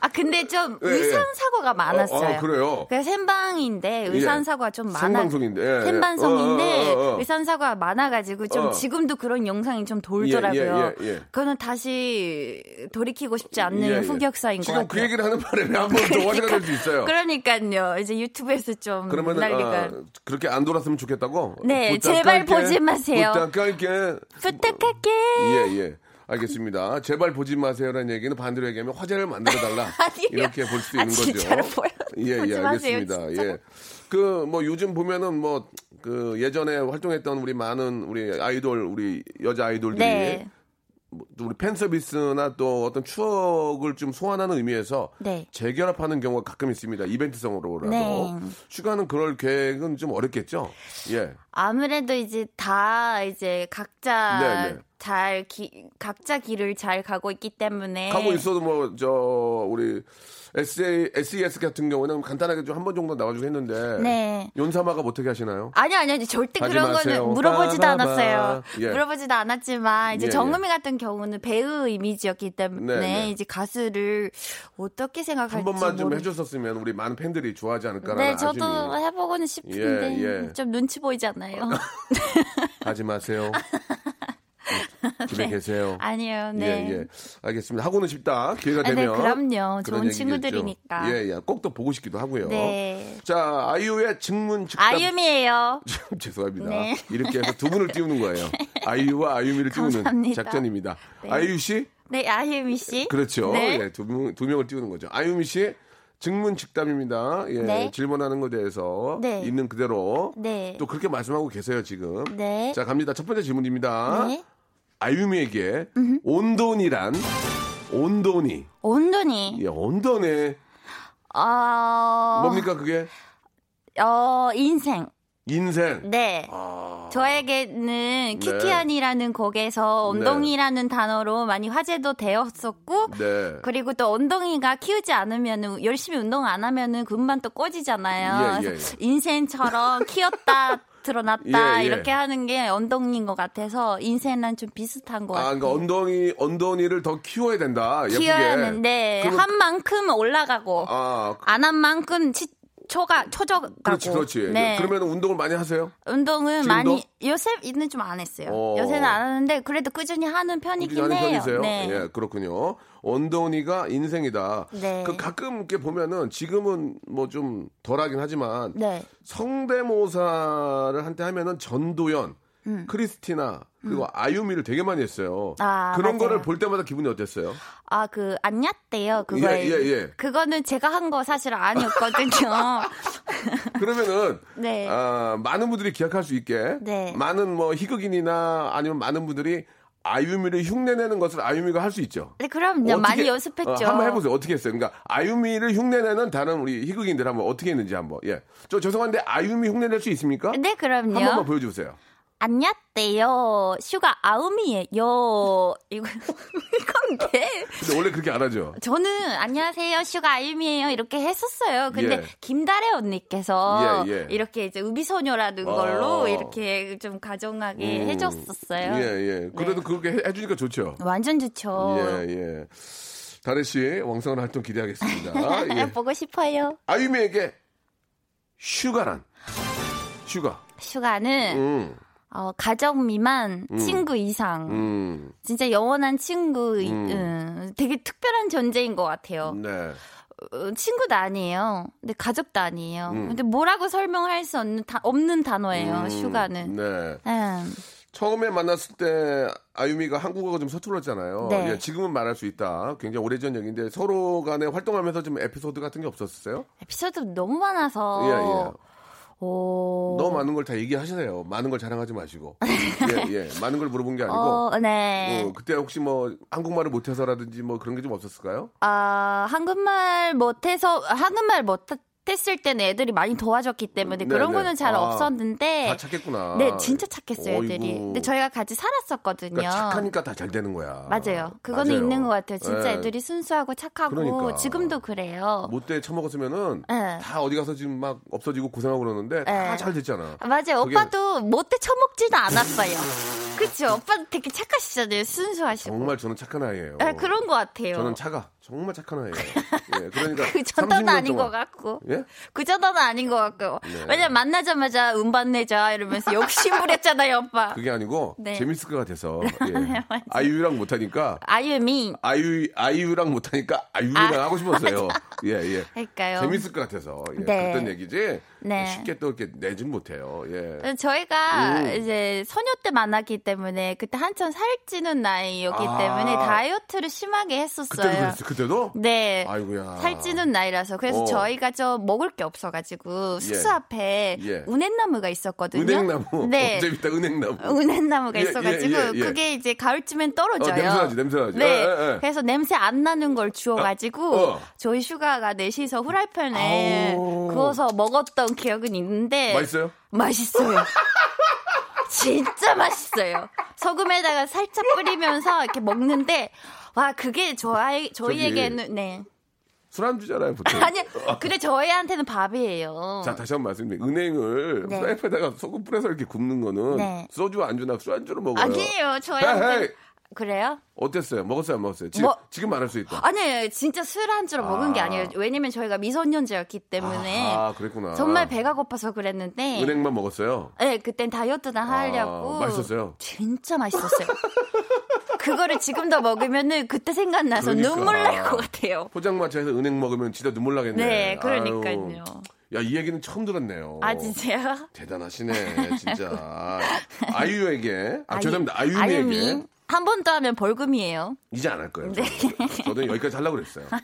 S6: 아, 근데 좀
S3: 예, 예.
S6: 의상 사고가 많았어요.
S3: 어, 어, 그래요?
S6: 그래서 생방인데 아, 의상
S3: 예.
S6: 사고가 좀 많아.
S3: 생방송인데, 예, 예. 어, 어,
S6: 생방송인데
S3: 어, 어.
S6: 의상 사고가 많아가지고 좀
S3: 어.
S6: 지금도 그런 영상이 좀 돌더라고요.
S3: 예, 예, 예, 예.
S6: 그거는 다시 돌이키고 싶지 않는
S3: 예, 예.
S6: 흑역사인 것
S3: 지금
S6: 같아요. 그러니까
S3: 그 얘기를 하는 바람에 한 번 더 화제가 될 수 있어요.
S6: 그러니까요. 이제 유튜브에서 좀
S3: 그러면
S6: 난리가.
S3: 아, 그렇게 안 돌았으면 좋겠다고.
S6: 네,
S3: 부탁
S6: 제발
S3: 깔게.
S6: 보지 마세요.
S3: 부탁 깔게.
S6: 부탁할게.
S3: 예, 예. 알겠습니다. 제발 보지 마세요라는 얘기는 반대로 얘기하면 화제를 만들어 달라.
S6: 아니에요.
S3: 이렇게 볼 수
S6: 아,
S3: 있는
S6: 진짜로
S3: 거죠.
S6: 보여-
S3: 예,
S6: 보지
S3: 예,
S6: 마세요,
S3: 알겠습니다.
S6: 진짜로.
S3: 예. 그 뭐 요즘 보면은 뭐 그 예전에 활동했던 우리 많은 우리 아이돌 우리 여자 아이돌들이
S6: 네.
S3: 또 우리 팬 서비스나 또 어떤 추억을 좀 소환하는 의미에서
S6: 네.
S3: 재결합하는 경우가 가끔 있습니다. 이벤트성으로라도
S6: 네.
S3: 슈가는 그럴 계획은 좀 어렵겠죠. 예,
S6: 아무래도 이제 다 이제 각자
S3: 네, 네.
S6: 잘 기, 각자 길을 잘 가고 있기 때문에
S3: 가고 있어도 뭐 저 우리 SA, SES E 같은 경우는 간단하게 좀 한 번 정도 나와주고 했는데
S6: 네.
S3: 연사마가 어떻게 하시나요?
S6: 아니요, 아니요. 이제 절대
S3: 가지
S6: 그런
S3: 마세요.
S6: 거는 물어보지도
S3: 빠바바.
S6: 않았어요.
S3: 예.
S6: 물어보지도 않았지만 이제
S3: 예,
S6: 정음이 같은 경우는 배우 이미지였기 때문에
S3: 네, 네.
S6: 이제 가수를 어떻게 생각할지
S3: 한 번만 좀
S6: 모르-
S3: 해줬었으면 우리 많은 팬들이 좋아하지 않을까라는
S6: 네, 저도
S3: 아쉬움이
S6: 해보고는 싶은데
S3: 예, 예.
S6: 좀 눈치 보이잖아요.
S3: 하지 마세요. 집에 계세요.
S6: 네. 아니요, 네.
S3: 예, 예. 알겠습니다. 하고는 싶다. 기회가
S6: 아, 네,
S3: 되면. 그런
S6: 그럼요. 좋은
S3: 얘기겠죠.
S6: 친구들이니까.
S3: 예, 예. 꼭 또 보고 싶기도 하고요.
S6: 네.
S3: 자, 아이유의 증문 즉답.
S6: 아유미예요.
S3: 죄송합니다.
S6: 네.
S3: 이렇게 해서 두 분을 띄우는 거예요. 아이유와 아유미를 띄우는
S6: 감사합니다.
S3: 작전입니다.
S6: 네.
S3: 아이유 씨?
S6: 네, 아유미 씨.
S3: 그렇죠.
S6: 네.
S3: 예, 두, 명, 두 명을 띄우는 거죠. 아유미 씨? 증문 즉답입니다. 예,
S6: 네.
S3: 질문하는 것에 대해서
S6: 네.
S3: 있는 그대로
S6: 네.
S3: 또 그렇게 말씀하고 계세요 지금.
S6: 네.
S3: 자 갑니다. 첫 번째 질문입니다.
S6: 네.
S3: 아유미에게 온돈이란 온돈이
S6: 온돈이
S3: 예, 온도네.
S6: 어...
S3: 뭡니까 그게?
S6: 어, 인생.
S3: 인생.
S6: 네.
S3: 아. 네.
S6: 저에게는 큐티안이라는 곡에서 엉덩이라는 단어로 많이 화제도 되었었고
S3: 네.
S6: 그리고 또 엉덩이가 키우지 않으면 열심히 운동 안 하면은 금방 또 꺼지잖아요.
S3: 예, 예,
S6: 그래서 인생처럼 키웠다 드러났다
S3: 예, 예.
S6: 이렇게 하는 게 엉덩이인 것 같아서 인생랑 좀 비슷한 것
S3: 아,
S6: 같아요.
S3: 그러니까 엉덩이 엉덩이를 더 키워야 된다. 예쁘게.
S6: 키워야는데
S3: 그럼-
S6: 한 만큼 올라가고
S3: 아,
S6: 안 한 만큼 치, 초가 초저가고.
S3: 그렇지, 그렇지.
S6: 네.
S3: 그러면 운동을 많이 하세요?
S6: 운동은
S3: 지금도?
S6: 많이 요새는 좀 안 했어요.
S3: 어.
S6: 요새는 안 하는데 그래도 꾸준히 하는
S3: 꾸준히
S6: 편이긴
S3: 하는
S6: 해요.
S3: 편이세요?
S6: 네.
S3: 예, 그렇군요. 엉덩이가 인생이다.
S6: 네.
S3: 그 가끔 이렇게 보면은 지금은 뭐 좀 덜하긴 하지만
S6: 네.
S3: 성대모사를 한때 하면은 전도연, 크리스티나 그리고 아유미를 되게 많이 했어요.
S6: 음. 아,
S3: 그런
S6: 맞아요.
S3: 거를 볼 때마다 기분이 어땠어요?
S6: 아, 그, 안냐 때요, 그거.
S3: 예, 예, 예.
S6: 그거는 제가 한 거 사실 아니었거든요.
S3: 그러면은
S6: 네.
S3: 아, 많은 분들이 기억할 수 있게
S6: 네.
S3: 많은 뭐 희극인이나 아니면 많은 분들이 아유미를 흉내내는 것을 아유미가 할 수 있죠.
S6: 네, 그럼요. 많이 연습했죠.
S3: 어, 한번 해보세요. 어떻게 했어요? 그러니까 아유미를 흉내내는 다른 우리 희극인들 한번 어떻게 했는지 한번. 예. 저 죄송한데 아유미 흉내낼 수 있습니까?
S6: 네, 그럼요.
S3: 한 번만 보여주세요.
S6: 안냐 때요, 슈가 아우미예요. 이거, 이건 왜?
S3: 근데 원래 그렇게 안 하죠.
S6: 저는 안녕하세요 슈가 아유미예요 이렇게 했었어요. 근데
S3: 예.
S6: 김다래 언니께서
S3: 예, 예.
S6: 이렇게 이제 우비소녀라는
S3: 아.
S6: 걸로 이렇게 좀 가정하게
S3: 음.
S6: 해줬었어요.
S3: 예, 예. 그래도
S6: 네. 어.
S3: 그렇게 해- 해주니까 좋죠.
S6: 완전 좋죠.
S3: 예, 예. 다래 씨의 왕성한 활동 기대하겠습니다. 예.
S6: 보고 싶어요.
S3: 아유미에게 슈가란. 슈가.
S6: 슈가는
S3: 음,
S6: 어, 가정 미만 친구 이상
S3: 음,
S6: 진짜 영원한 친구 이-
S3: 음.
S6: 음, 되게 특별한 존재인 것 같아요.
S3: 네.
S6: 어, 친구도 아니에요. 근데 가족도 아니에요.
S3: 음.
S6: 근데 뭐라고 설명할 수 없는 다- 없는 단어예요.
S3: 음,
S6: 아, 슈가는.
S3: 네.
S6: 음.
S3: 처음에 만났을 때 아유미가 한국어가 좀 서툴렀잖아요.
S6: 네.
S3: 예, 지금은 말할 수 있다. 굉장히 오래전 얘기인데 서로 간에 활동하면서 좀 에피소드 같은 게 없었어요?
S6: 에피소드 너무 많아서.
S3: 예, 예.
S6: 오.
S3: 너무 많은 걸 다 얘기하셔요. 많은 걸 자랑하지 마시고. 예, 예. 많은 걸 물어본 게 아니고.
S6: 어, 네.
S3: 뭐 그때 혹시 뭐 한국말을 못해서라든지 뭐 그런 게 좀 없었을까요?
S6: 아, 한국말 못해서, 한국말 못했을 때는 애들이 많이 도와줬기 때문에
S3: 네,
S6: 그런
S3: 네.
S6: 거는 잘
S3: 아,
S6: 없었는데.
S3: 다 착했구나.
S6: 네, 진짜 착했어요,
S3: 어이구.
S6: 애들이. 근데 저희가 같이 살았었거든요.
S3: 그러니까 착하니까 다 잘 되는 거야.
S6: 맞아요. 그거는
S3: 맞아요.
S6: 있는 것 같아요. 진짜
S3: 예.
S6: 애들이 순수하고 착하고
S3: 그러니까. 뭐,
S6: 지금도 그래요.
S3: 못돼 처먹었으면은
S6: 네.
S3: 다 어디 가서 지금 막 없어지고 고생하고 그러는데 다
S6: 네.
S3: 잘 됐잖아.
S6: 아, 맞아요.
S3: 그게
S6: 오빠도 못돼 처먹지도 않았어요. 그쵸? 오빠도 되게 착하시잖아요. 순수하시고.
S3: 정말 저는 착한 아이예요.
S6: 아, 그런 것 같아요.
S3: 저는 차가 정말 착한 아이예요. 예, 그러니까
S6: 그
S3: 30년
S6: 정도는 아닌
S3: 동안-
S6: 것 같고.
S3: 예?
S6: 그 정도는 아닌 것 같고.
S3: 네.
S6: 왜냐면 만나자마자 음반 내자 이러면서 욕심을 했잖아요, 오빠.
S3: 그게 아니고
S6: 네.
S3: 재밌을 것 같아서 예. 아이유랑 못하니까
S6: 아유미.
S3: 아이유 아이유랑 못하니까 아이유랑 하고 싶었어요. 예예.
S6: 그러니까요.
S3: 재밌을 것 같아서 예,
S6: 네.
S3: 그랬던 얘기지. 예,
S6: 네.
S3: 쉽게 또 이렇게 내진 못해요. 예.
S6: 저희가
S3: 음.
S6: 이제 소녀 때 만났기 때문에 그때 한참 살찌는 나이였기
S3: 아.
S6: 때문에 다이어트를 심하게
S3: 그때도
S6: 했었어요.
S3: 그랬어. 그때도.
S6: 네.
S3: 아이고야.
S6: 살찌는 나이라서 그래서
S3: 어.
S6: 저희가 좀 먹을 게 없어가지고 숙소
S3: 예.
S6: 앞에
S3: 예.
S6: 운행나무가 있었거든요.
S3: 은행나무.
S6: 네.
S3: 재밌다 은행나무.
S6: 은행나무가
S3: 예,
S6: 있어가지고
S3: 예, 예, 예.
S6: 그게 이제 가을쯤엔 떨어져요.
S3: 어, 냄새 나지, 냄새 나지.
S6: 네,
S3: 예, 예, 예.
S6: 그래서 냄새 안 나는 걸 주워가지고
S3: 어, 어.
S6: 저희 슈가가 넷이서 후라이팬에
S3: 아우.
S6: 구워서 먹었던 기억은 있는데
S3: 맛있어요?
S6: 맛있어요. 진짜 맛있어요. 소금에다가 살짝 뿌리면서 이렇게 먹는데 와 그게 저희 저희에게는 네
S3: 술안주잖아요 보통.
S6: 아니 근데 저희한테는 밥이에요.
S3: 자 다시 한 번 말씀드립니다. 은행을
S6: 네.
S3: 프라이팬에다가 소금 뿌려서 이렇게 굽는 거는
S6: 네.
S3: 소주 안주나 술안주로 먹어요.
S6: 아니에요
S3: 헤이, 헤이.
S6: 저희한테 그래요?
S3: 어땠어요? 먹었어요, 안 먹었어요? 지금
S6: 뭐-
S3: 지금 말할 수 있다.
S6: 아니에요. 진짜 술안주로 먹은 게
S3: 아.
S6: 아니에요. 왜냐면 저희가 미성년자였기 때문에
S3: 아, 그랬구나.
S6: 네. 정말 배가 고파서 그랬는데
S3: 은행만 먹었어요.
S6: 네, 그땐 다이어트나 하려고
S3: 맛있었어요?
S6: 진짜 맛있었어요. 그거를 지금도 먹으면은 그때 생각나서
S3: 그러니까.
S6: 눈물 날 것 같아요.
S3: 포장마차에서 은행 먹으면 진짜 눈물 나겠네.
S6: 네, 그러니까요.
S3: 아유. 야, 이 얘기는 처음 들었네요.
S6: 아 진짜요?
S3: 대단하시네, 진짜. 아이유에게, 아, 죄송합니다. 아유미에게.
S6: 아유미 네. 한 번 더 하면 벌금이에요.
S3: 이제 안 할 거예요. 저는 여기까지 하려고 그랬어요.
S6: 아,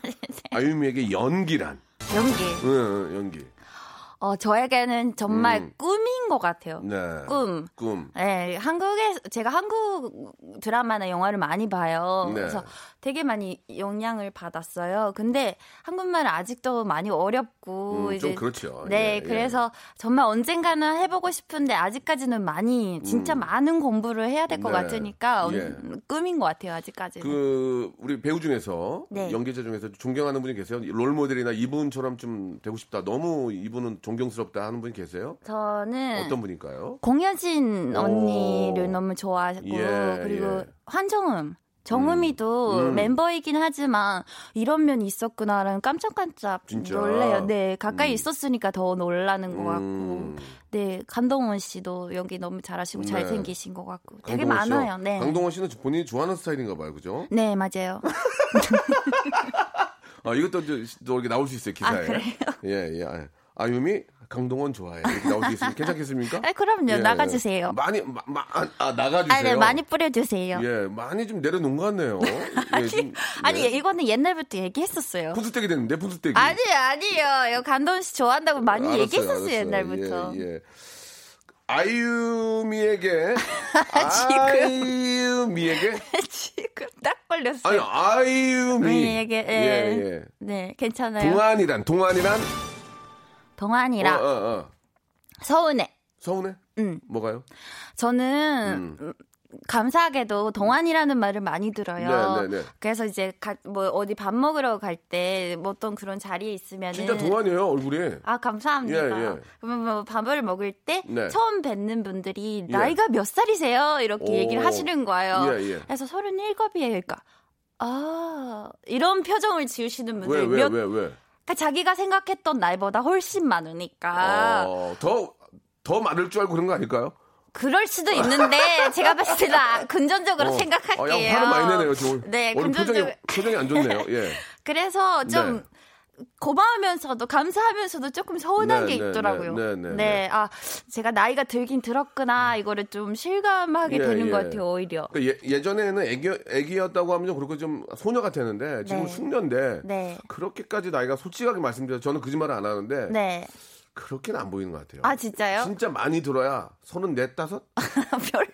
S3: 아유미에게 연기란.
S6: 연기.
S3: 응, 응, 연기.
S6: 어 저에게는 정말
S3: 음.
S6: 꿈인 것 같아요.
S3: 네.
S6: 꿈.
S3: 꿈.
S6: 네, 한국에 제가 한국 드라마나 영화를 많이 봐요.
S3: 네.
S6: 그래서 되게 많이 영향을 받았어요. 근데 한국말은 아직도 많이 어렵고
S3: 음,
S6: 이제
S3: 좀 그렇죠.
S6: 네,
S3: 예, 예.
S6: 그래서 정말 언젠가는 해보고 싶은데 아직까지는 많이 진짜 많은 공부를 해야 될 것
S3: 음. 네.
S6: 같으니까
S3: 예.
S6: 음, 꿈인 것 같아요 아직까지는.
S3: 그, 우리 배우 중에서,
S6: 네.
S3: 연기자 중에서 존경하는 분이 계세요? 롤 모델이나 이분처럼 좀 되고 싶다. 너무 이분은 존경스럽다 하는 분이 계세요?
S6: 저는
S3: 어떤 분일까요?
S6: 공효진
S3: 오.
S6: 언니를 너무 좋아하고
S3: 예,
S6: 그리고
S3: 예.
S6: 환정음 정음이도
S3: 음.
S6: 멤버이긴 하지만 이런 면이 있었구나라는 깜짝깜짝
S3: 진짜?
S6: 놀래요. 네 가까이
S3: 음.
S6: 있었으니까 더 놀라는 것
S3: 음.
S6: 같고 네 강동원 씨도 연기 너무 잘하시고
S3: 네.
S6: 잘생기신 것 같고 되게
S3: 강동원 씨요?
S6: 많아요. 네.
S3: 강동원 씨는 본인이 좋아하는 스타일인가 봐요, 그죠?
S6: 네 맞아요.
S3: 아, 이것도 이제 또 이렇게 나올 수 있어요, 기사에.
S6: 아, 그래요?
S3: 예, 예. 아, 아유미 강동원 좋아해 이렇게 나올 수 있으면 괜찮겠습니까? 예.
S6: 아, 그럼요. 나가주세요.
S3: 많이 마, 마- 아, 아, 나가주세요.
S6: 아, 네, 많이 뿌려주세요.
S3: 예 많이 좀 내려놓은 것 같네요. 예, 좀,
S6: 아니,
S3: 예.
S6: 이거는 옛날부터 얘기했었어요.
S3: 푼수떼기 됐는데 푼수떼기.
S6: 아니에요, 아니에요. 이거 감독 씨 좋아한다고 많이
S3: 알았어요,
S6: 얘기했었어요,
S3: 알았어요.
S6: 옛날부터.
S3: 예, 예. 아이유미에게 아이유미에게
S6: 지금 딱 걸렸어요.
S3: 아니 아이유미
S6: 아이유미에게, 예.
S3: 예, 예.
S6: 네, 괜찮아요.
S3: 동안이란 동안이란
S6: 동안이...
S3: 어,
S6: 랑
S3: 어, 어.
S6: 서운해.
S3: 서운해?
S6: 음.
S3: 뭐가요? 음.
S6: 저는 음, 감사하게도 동안이라는 말을 많이 들어요.
S3: 네, 네, 네.
S6: 그래서 이제 가- 뭐 어디 밥 먹으러 갈 때뭐 어떤 그런 자리에 있으면
S3: 진짜 동안이에요 얼굴이.
S6: 아 감사합니다.
S3: 예, 예.
S6: 그러면 뭐 밥을 먹을 때
S3: 네.
S6: 처음 뵙는 분들이
S3: 예.
S6: 나이가 몇 살이세요? 이렇게
S3: 오.
S6: 얘기를 하시는 거예요.
S3: 예, 예.
S6: 그래서 서른 일곱이에요. 그러니까 아 이런 표정을 지으시는 분들
S3: 왜
S6: 이
S3: 왜 왜
S6: 몇
S3: 왜?
S6: 그러니까 자기가 생각했던 나이보다 훨씬 많으니까
S3: 어, 더, 더 많을 줄 알고 그런 거 아닐까요?
S6: 그럴 수도 있는데 제가 봤을 때 나 근전적으로
S3: 어.
S6: 생각할게요.
S3: 아, 야, 화를 많이 내네요, 지금.
S6: 네,
S3: 오늘 표정이,
S6: 근전적으로
S3: 표정이 안 좋네요. 예.
S6: 그래서 좀
S3: 네.
S6: 고마우면서도 감사하면서도 조금 서운한
S3: 네,
S6: 게
S3: 네,
S6: 있더라고요.
S3: 네,
S6: 네,
S3: 네, 네,
S6: 아 제가 나이가 들긴 들었구나 이거를 좀 실감하게
S3: 예,
S6: 되는
S3: 예.
S6: 것 같아요 오히려.
S3: 그 예, 예전에는 애기, 애기였다고 하면 좀 그렇고 좀 소녀 같았는데 지금
S6: 네.
S3: 숙녀인데
S6: 네.
S3: 그렇게까지 나이가 솔직하게 말씀드려서 저는 거짓말을 안 하는데
S6: 네.
S3: 그렇게는 안 보이는 것 같아요.
S6: 아 진짜요?
S3: 진짜 많이 들어야 서른 넷 다섯
S6: 별로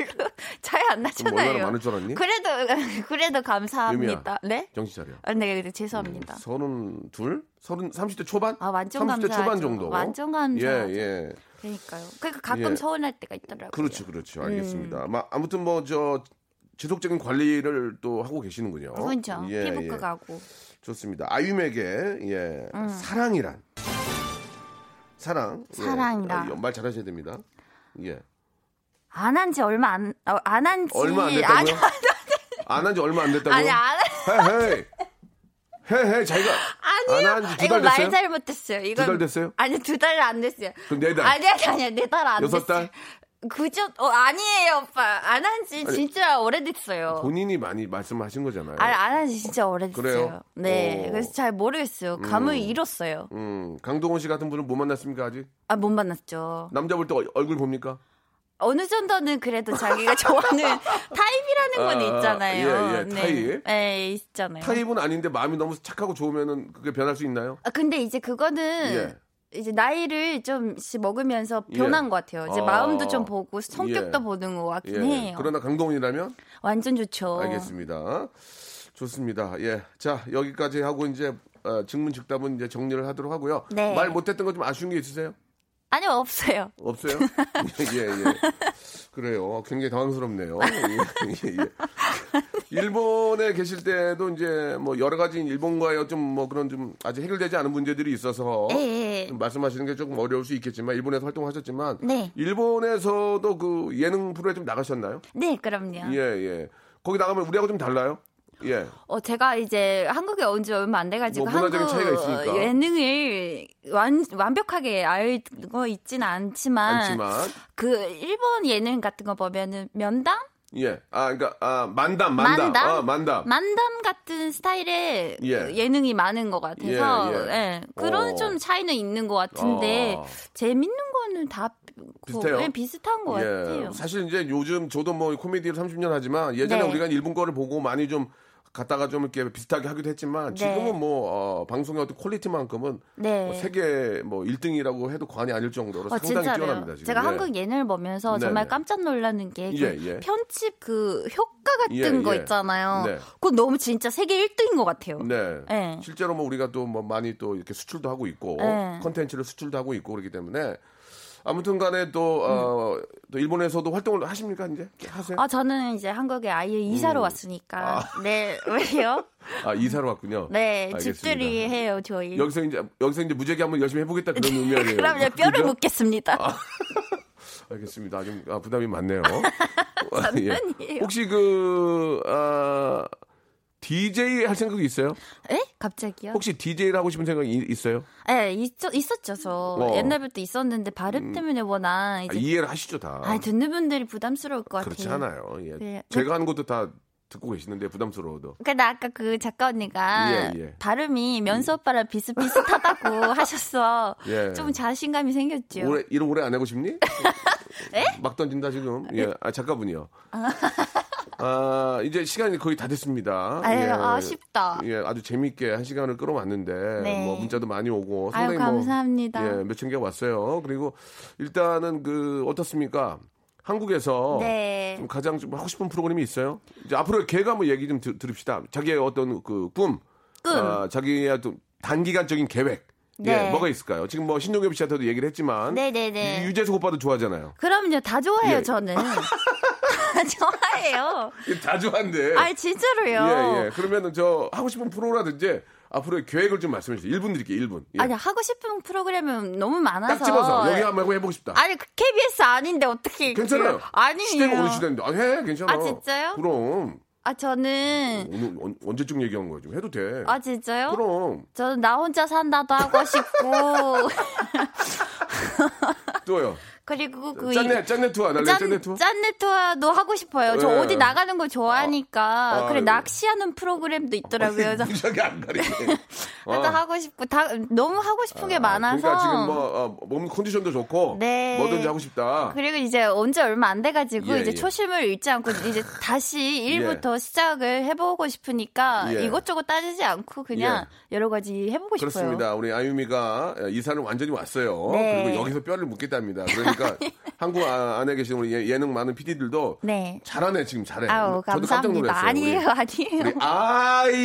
S6: 차이 안
S3: 그럼 얼마나
S6: 나잖아요.
S3: 많을 줄 알았니?
S6: 그래도 그래도 감사합니다. 네?
S3: 정신 차려.
S6: 아, 네, 네,
S3: 음.
S6: 죄송합니다.
S3: 서른 둘, 서른 삼십 대 초반,
S6: 아, 완전
S3: 30대 초반
S6: 감사하죠.
S3: 정도.
S6: 완전 감사하죠.
S3: 예, 예.
S6: 그러니까요. 그러니까 가끔
S3: 예.
S6: 서운할 때가 있더라고요.
S3: 그렇죠, 그렇죠. 알겠습니다. 막 아무튼 뭐 저 지속적인 관리를 또 하고 계시는군요.
S6: 그렇죠.
S3: 예,
S6: 피부과
S3: 예.
S6: 가고.
S3: 좋습니다. 아유에게 예
S6: 음.
S3: 사랑이란 사랑 예.
S6: 사랑이란.
S3: 아, 말 잘하셔야 됩니다. 예
S6: 안 한 지 얼마 안, 어, 안한 지.
S3: 얼마 안
S6: 아니,
S3: 됐다고요? 안 한 지 얼마 안 됐다고요?
S6: 아니, 안,
S3: 헤헤 헤헤 자기가
S6: 아니요.
S3: 안한지두달
S6: 이거
S3: 됐어요?
S6: 말 잘못했어요. 이건
S3: 달 됐어요?
S6: 아니, 두 달 안 됐어요.
S3: 그럼 네 달.
S6: 아니, 아니, 아니, 네달 안
S3: 여섯
S6: 됐어요.
S3: 달?
S6: 그저, 어, 아니에요, 오빠. 안 한 지 진짜 오래됐어요.
S3: 본인이 많이 말씀하신 거잖아요.
S6: 아니, 안 한 지 진짜 오래됐어요.
S3: 그래요?
S6: 네.
S3: 오.
S6: 그래서 잘 모르겠어요. 감을 잃었어요.
S3: 음 강동원 씨 같은 분은 못 만났습니까 아직?
S6: 아, 못 만났죠.
S3: 남자 볼 때 얼굴 봅니까?
S6: 어느 정도는 그래도 자기가 좋아하는 타입이라는 건
S3: 아,
S6: 있잖아요.
S3: 예, 예, 타입.
S6: 네, 있잖아요.
S3: 타입은 아닌데 마음이 너무 착하고 좋으면은 그게 변할 수 있나요?
S6: 아, 근데 이제 그거는 이제 나이를 좀 씩 먹으면서 변한
S3: 예.
S6: 것 같아요. 이제
S3: 아.
S6: 마음도 좀 보고 성격도
S3: 예.
S6: 보는 것 같긴
S3: 예.
S6: 해요.
S3: 그러나 강동원이라면
S6: 완전 좋죠.
S3: 알겠습니다. 좋습니다. 예. 자, 여기까지 하고 이제 어, 증문즉답은 이제 정리를 하도록 하고요.
S6: 네.
S3: 말 못했던 거 좀 아쉬운 게 있으세요?
S6: 아니요, 없어요.
S3: 없어요? 예, 예. 그래요. 굉장히 당황스럽네요. 예, 예, 예. 일본에 계실 때도 이제 뭐 여러 가지 일본과의 좀 뭐 그런 좀 아직 해결되지 않은 문제들이 있어서 음.
S6: 예, 예.
S3: 좀 말씀하시는 게 조금 어려울 수 있겠지만 일본에서 활동하셨지만
S6: 네.
S3: 일본에서도 그 예능 프로에 좀 나가셨나요?
S6: 네, 그럼요.
S3: 예, 예. 거기 나가면 우리하고 좀 달라요? 예.
S6: 어, 제가 이제 한국에 온 지 얼마 안 돼가지고
S3: 뭐 문화적인
S6: 한국
S3: 차이가 있으니까.
S6: 예능을 완, 완벽하게 알고 있지는 않지만,
S3: 않지만
S6: 그 일본 예능 같은 거 보면은 면담?
S3: 예. 아, 그러니까 아, 만담, 만담.
S6: 만담?
S3: 어, 만담.
S6: 만담 같은 스타일의
S3: 예.
S6: 예. 능이 많은 것 같아서
S3: 예, 예.
S6: 예, 그런
S3: 어.
S6: 좀 차이는 있는 것 같은데
S3: 어.
S6: 재밌는 거는 다
S3: 비슷해요?
S6: 예, 비슷한 것
S3: 예.
S6: 같아요.
S3: 사실 이제 요즘 저도 뭐 코미디를 30년 하지만 예전에
S6: 네.
S3: 우리가 일본 거를 보고 많이 좀 갔다가 좀 이렇게 비슷하게 하기도 했지만
S6: 네.
S3: 지금은 뭐 어, 방송의 어떤 퀄리티만큼은
S6: 네.
S3: 뭐 세계 뭐 1등이라고 해도 과언이 아닐 정도로
S6: 어,
S3: 상당히
S6: 진짜로요.
S3: 뛰어납니다. 지금.
S6: 제가
S3: 예.
S6: 한국 예능을 보면서
S3: 네,
S6: 정말
S3: 네.
S6: 깜짝 놀라는 게 그
S3: 예, 예.
S6: 편집 그 효과 같은
S3: 예,
S6: 거
S3: 예.
S6: 있잖아요.
S3: 네.
S6: 그거 너무 진짜 세계 1등인 것 같아요.
S3: 네.
S6: 예.
S3: 실제로 뭐 우리가 또 뭐 많이 또 이렇게 수출도 하고 있고
S6: 예.
S3: 컨텐츠를 수출도 하고 있고 그렇기 때문에 아무튼 간에 또,
S6: 음.
S3: 어, 또 일본에서도 활동을 하십니까 이제 하세요?
S6: 아 저는 이제 한국에 아예
S3: 음.
S6: 이사로 왔으니까 네 왜요?
S3: 아 이사로 왔군요.
S6: 네
S3: 아. 알겠습니다.
S6: 집들이 해요 저희.
S3: 여기서 이제 여기서 이제 무지하게 한번 열심히 해보겠다 그런 의미 아니에요.
S6: 네, 그럼 이제 뼈를
S3: 그죠? 아.
S6: 묻겠습니다.
S3: 알겠습니다. 좀 아, 부담이 많네요. 예.
S6: 장난이에요.
S3: 혹시 그 아, DJ 할 생각이 있어요?
S6: 에? 갑자기요?
S3: 혹시 DJ를 하고 싶은 생각이 이- 있어요?
S6: 예, 있었, 있었죠, 저.
S3: 어.
S6: 옛날부터 있었는데 발음 때문에 워낙
S3: 아,
S6: 이제
S3: 이해를 하시죠 다.
S6: 아, 듣는 분들이 부담스러울 것
S3: 그렇지
S6: 같아요.
S3: 않아요. 예.
S6: 네.
S3: 제가 하는 것도 다 듣고 계시는데 부담스러워도.
S6: 근데 아까 그 작가 언니가
S3: 예, 예.
S6: 발음이 면수 오빠랑 비슷비슷하다고 하셔서
S3: 예.
S6: 좀 자신감이 생겼죠.
S3: 오래 이런 오래 안 하고 싶니? 막 던진다 지금. 예, 아 작가분이요. 아 이제 시간이 거의 다 됐습니다.
S6: 아유,
S3: 예.
S6: 아쉽다.
S3: 예, 아주 재미있게 한 시간을 끌어왔는데
S6: 네.
S3: 뭐 문자도 많이 오고
S6: 아유,
S3: 상당히
S6: 감사합니다.
S3: 뭐, 예, 몇천 개 왔어요. 그리고 일단은 그 어떻습니까? 한국에서
S6: 네.
S3: 어. 좀 가장 좀 하고 싶은 프로그램이 있어요? 이제 앞으로 걔가 뭐 얘기 좀 들, 들읍시다. 자기의 어떤 그 꿈,
S6: 꿈.
S3: 아, 자기의 좀 단기간적인 계획.
S6: 네.
S3: 예, 뭐가 있을까요? 지금 뭐 신동엽 씨한테도 얘기를 했지만
S6: 네네네.
S3: 유- 유재석 오빠도 좋아하잖아요.
S6: 그럼요, 다 좋아해요,
S3: 예.
S6: 저는. 다 좋아해요.
S3: 다 좋아한데.
S6: 아니, 진짜로요.
S3: 예, 예. 그러면은 저 하고 싶은 프로라든지 앞으로의 계획을 좀 말씀해 주세요. 1분 드릴게요. 1분. 예.
S6: 아니, 하고 싶은 프로그램은 너무 많아서.
S3: 딱 집어서 여기 한번 해보고 싶다.
S6: 아니, 그 KBS 아닌데 어떻게.
S3: 괜찮아요.
S6: 그- 아니에요.
S3: 시대가 어느 시대인데. 아, 해. 괜찮아.
S6: 아, 진짜요?
S3: 그럼.
S6: 아, 저는.
S3: 오늘 언- 언제쯤 얘기한 거야? 지금 해도 돼.
S6: 아, 진짜요?
S3: 그럼.
S6: 저는 나 혼자 산다도 하고 싶고.
S3: 또요.
S6: 그리고 그.
S3: 짠내, 짠내 투어. 날래 짠내 투어?
S6: 짠내 투어도 하고 싶어요. 저
S3: 예.
S6: 어디 나가는 거 좋아하니까.
S3: 아, 네.
S6: 그래,
S3: 아,
S6: 낚시하는 프로그램도 있더라고요. 그래서
S3: 무지하게 안 가리네. 어.
S6: 그것도 하고 싶고, 다, 너무 하고 싶은 게
S3: 아.
S6: 많아서.
S3: 그러니까 지금 뭐, 어, 몸 컨디션도 좋고.
S6: 네.
S3: 뭐든지 하고 싶다.
S6: 그리고 이제 언제 얼마 안 돼가지고
S3: 예,
S6: 이제
S3: 예.
S6: 초심을 잃지 않고 이제 다시 일부터 시작을 해보고 싶으니까
S3: 예.
S6: 이것저것 따지지 않고 그냥 여러 가지 해보고 싶어요.
S3: 그렇습니다. 우리 아유미가 예, 이사를 완전히 왔어요.
S6: 네.
S3: 그리고 여기서 뼈를 묻겠답니다. 그러니까 한국 아- 안에 계신 우리 예- 예능 많은 PD들도
S6: 네.
S3: 잘하네 지금 잘해. 저도
S6: 아우
S3: 깜짝
S6: 감사합니다.
S3: 놀랐어요.
S6: 아니에요,
S3: 우리,
S6: 아니에요.
S3: 우리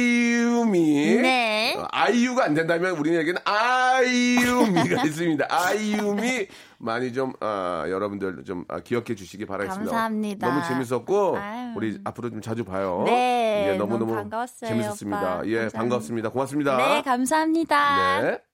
S3: 아유미.
S6: 네.
S3: 어, 아이유가 안 된다면 우리에게는 아이유미가 있습니다. 아이유미 많이 좀 아, 여러분들 좀 아, 기억해 주시기 바라겠습니다.
S6: 감사합니다.
S3: 너무 재밌었고
S6: 아유.
S3: 우리 앞으로 좀 자주 봐요.
S6: 네,
S3: 예, 너무 너무
S6: 너무 반가웠어요,
S3: 재밌었습니다.
S6: 오빠.
S3: 예,
S6: 감사합니다.
S3: 반갑습니다. 고맙습니다.
S6: 네, 감사합니다.
S3: 네.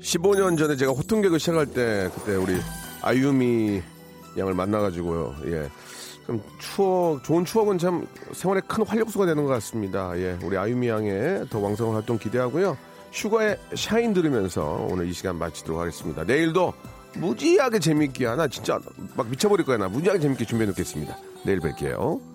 S3: 십오 년 전에 제가 호통객을 시작할 때 그때 우리 아유미 양을 만나가지고요. 예. 참 추억, 좋은 추억은 참 생활의 큰 활력소가 되는 것 같습니다. 예. 우리 아유미 양의 더 왕성한 활동 기대하고요. 슈가의 샤인 들으면서 오늘 이 시간 마치도록 하겠습니다. 내일도 무지하게 재밌게 하나 진짜 막 미쳐버릴 거야 나 무지하게 재밌게 준비해 놓겠습니다. 내일 뵐게요.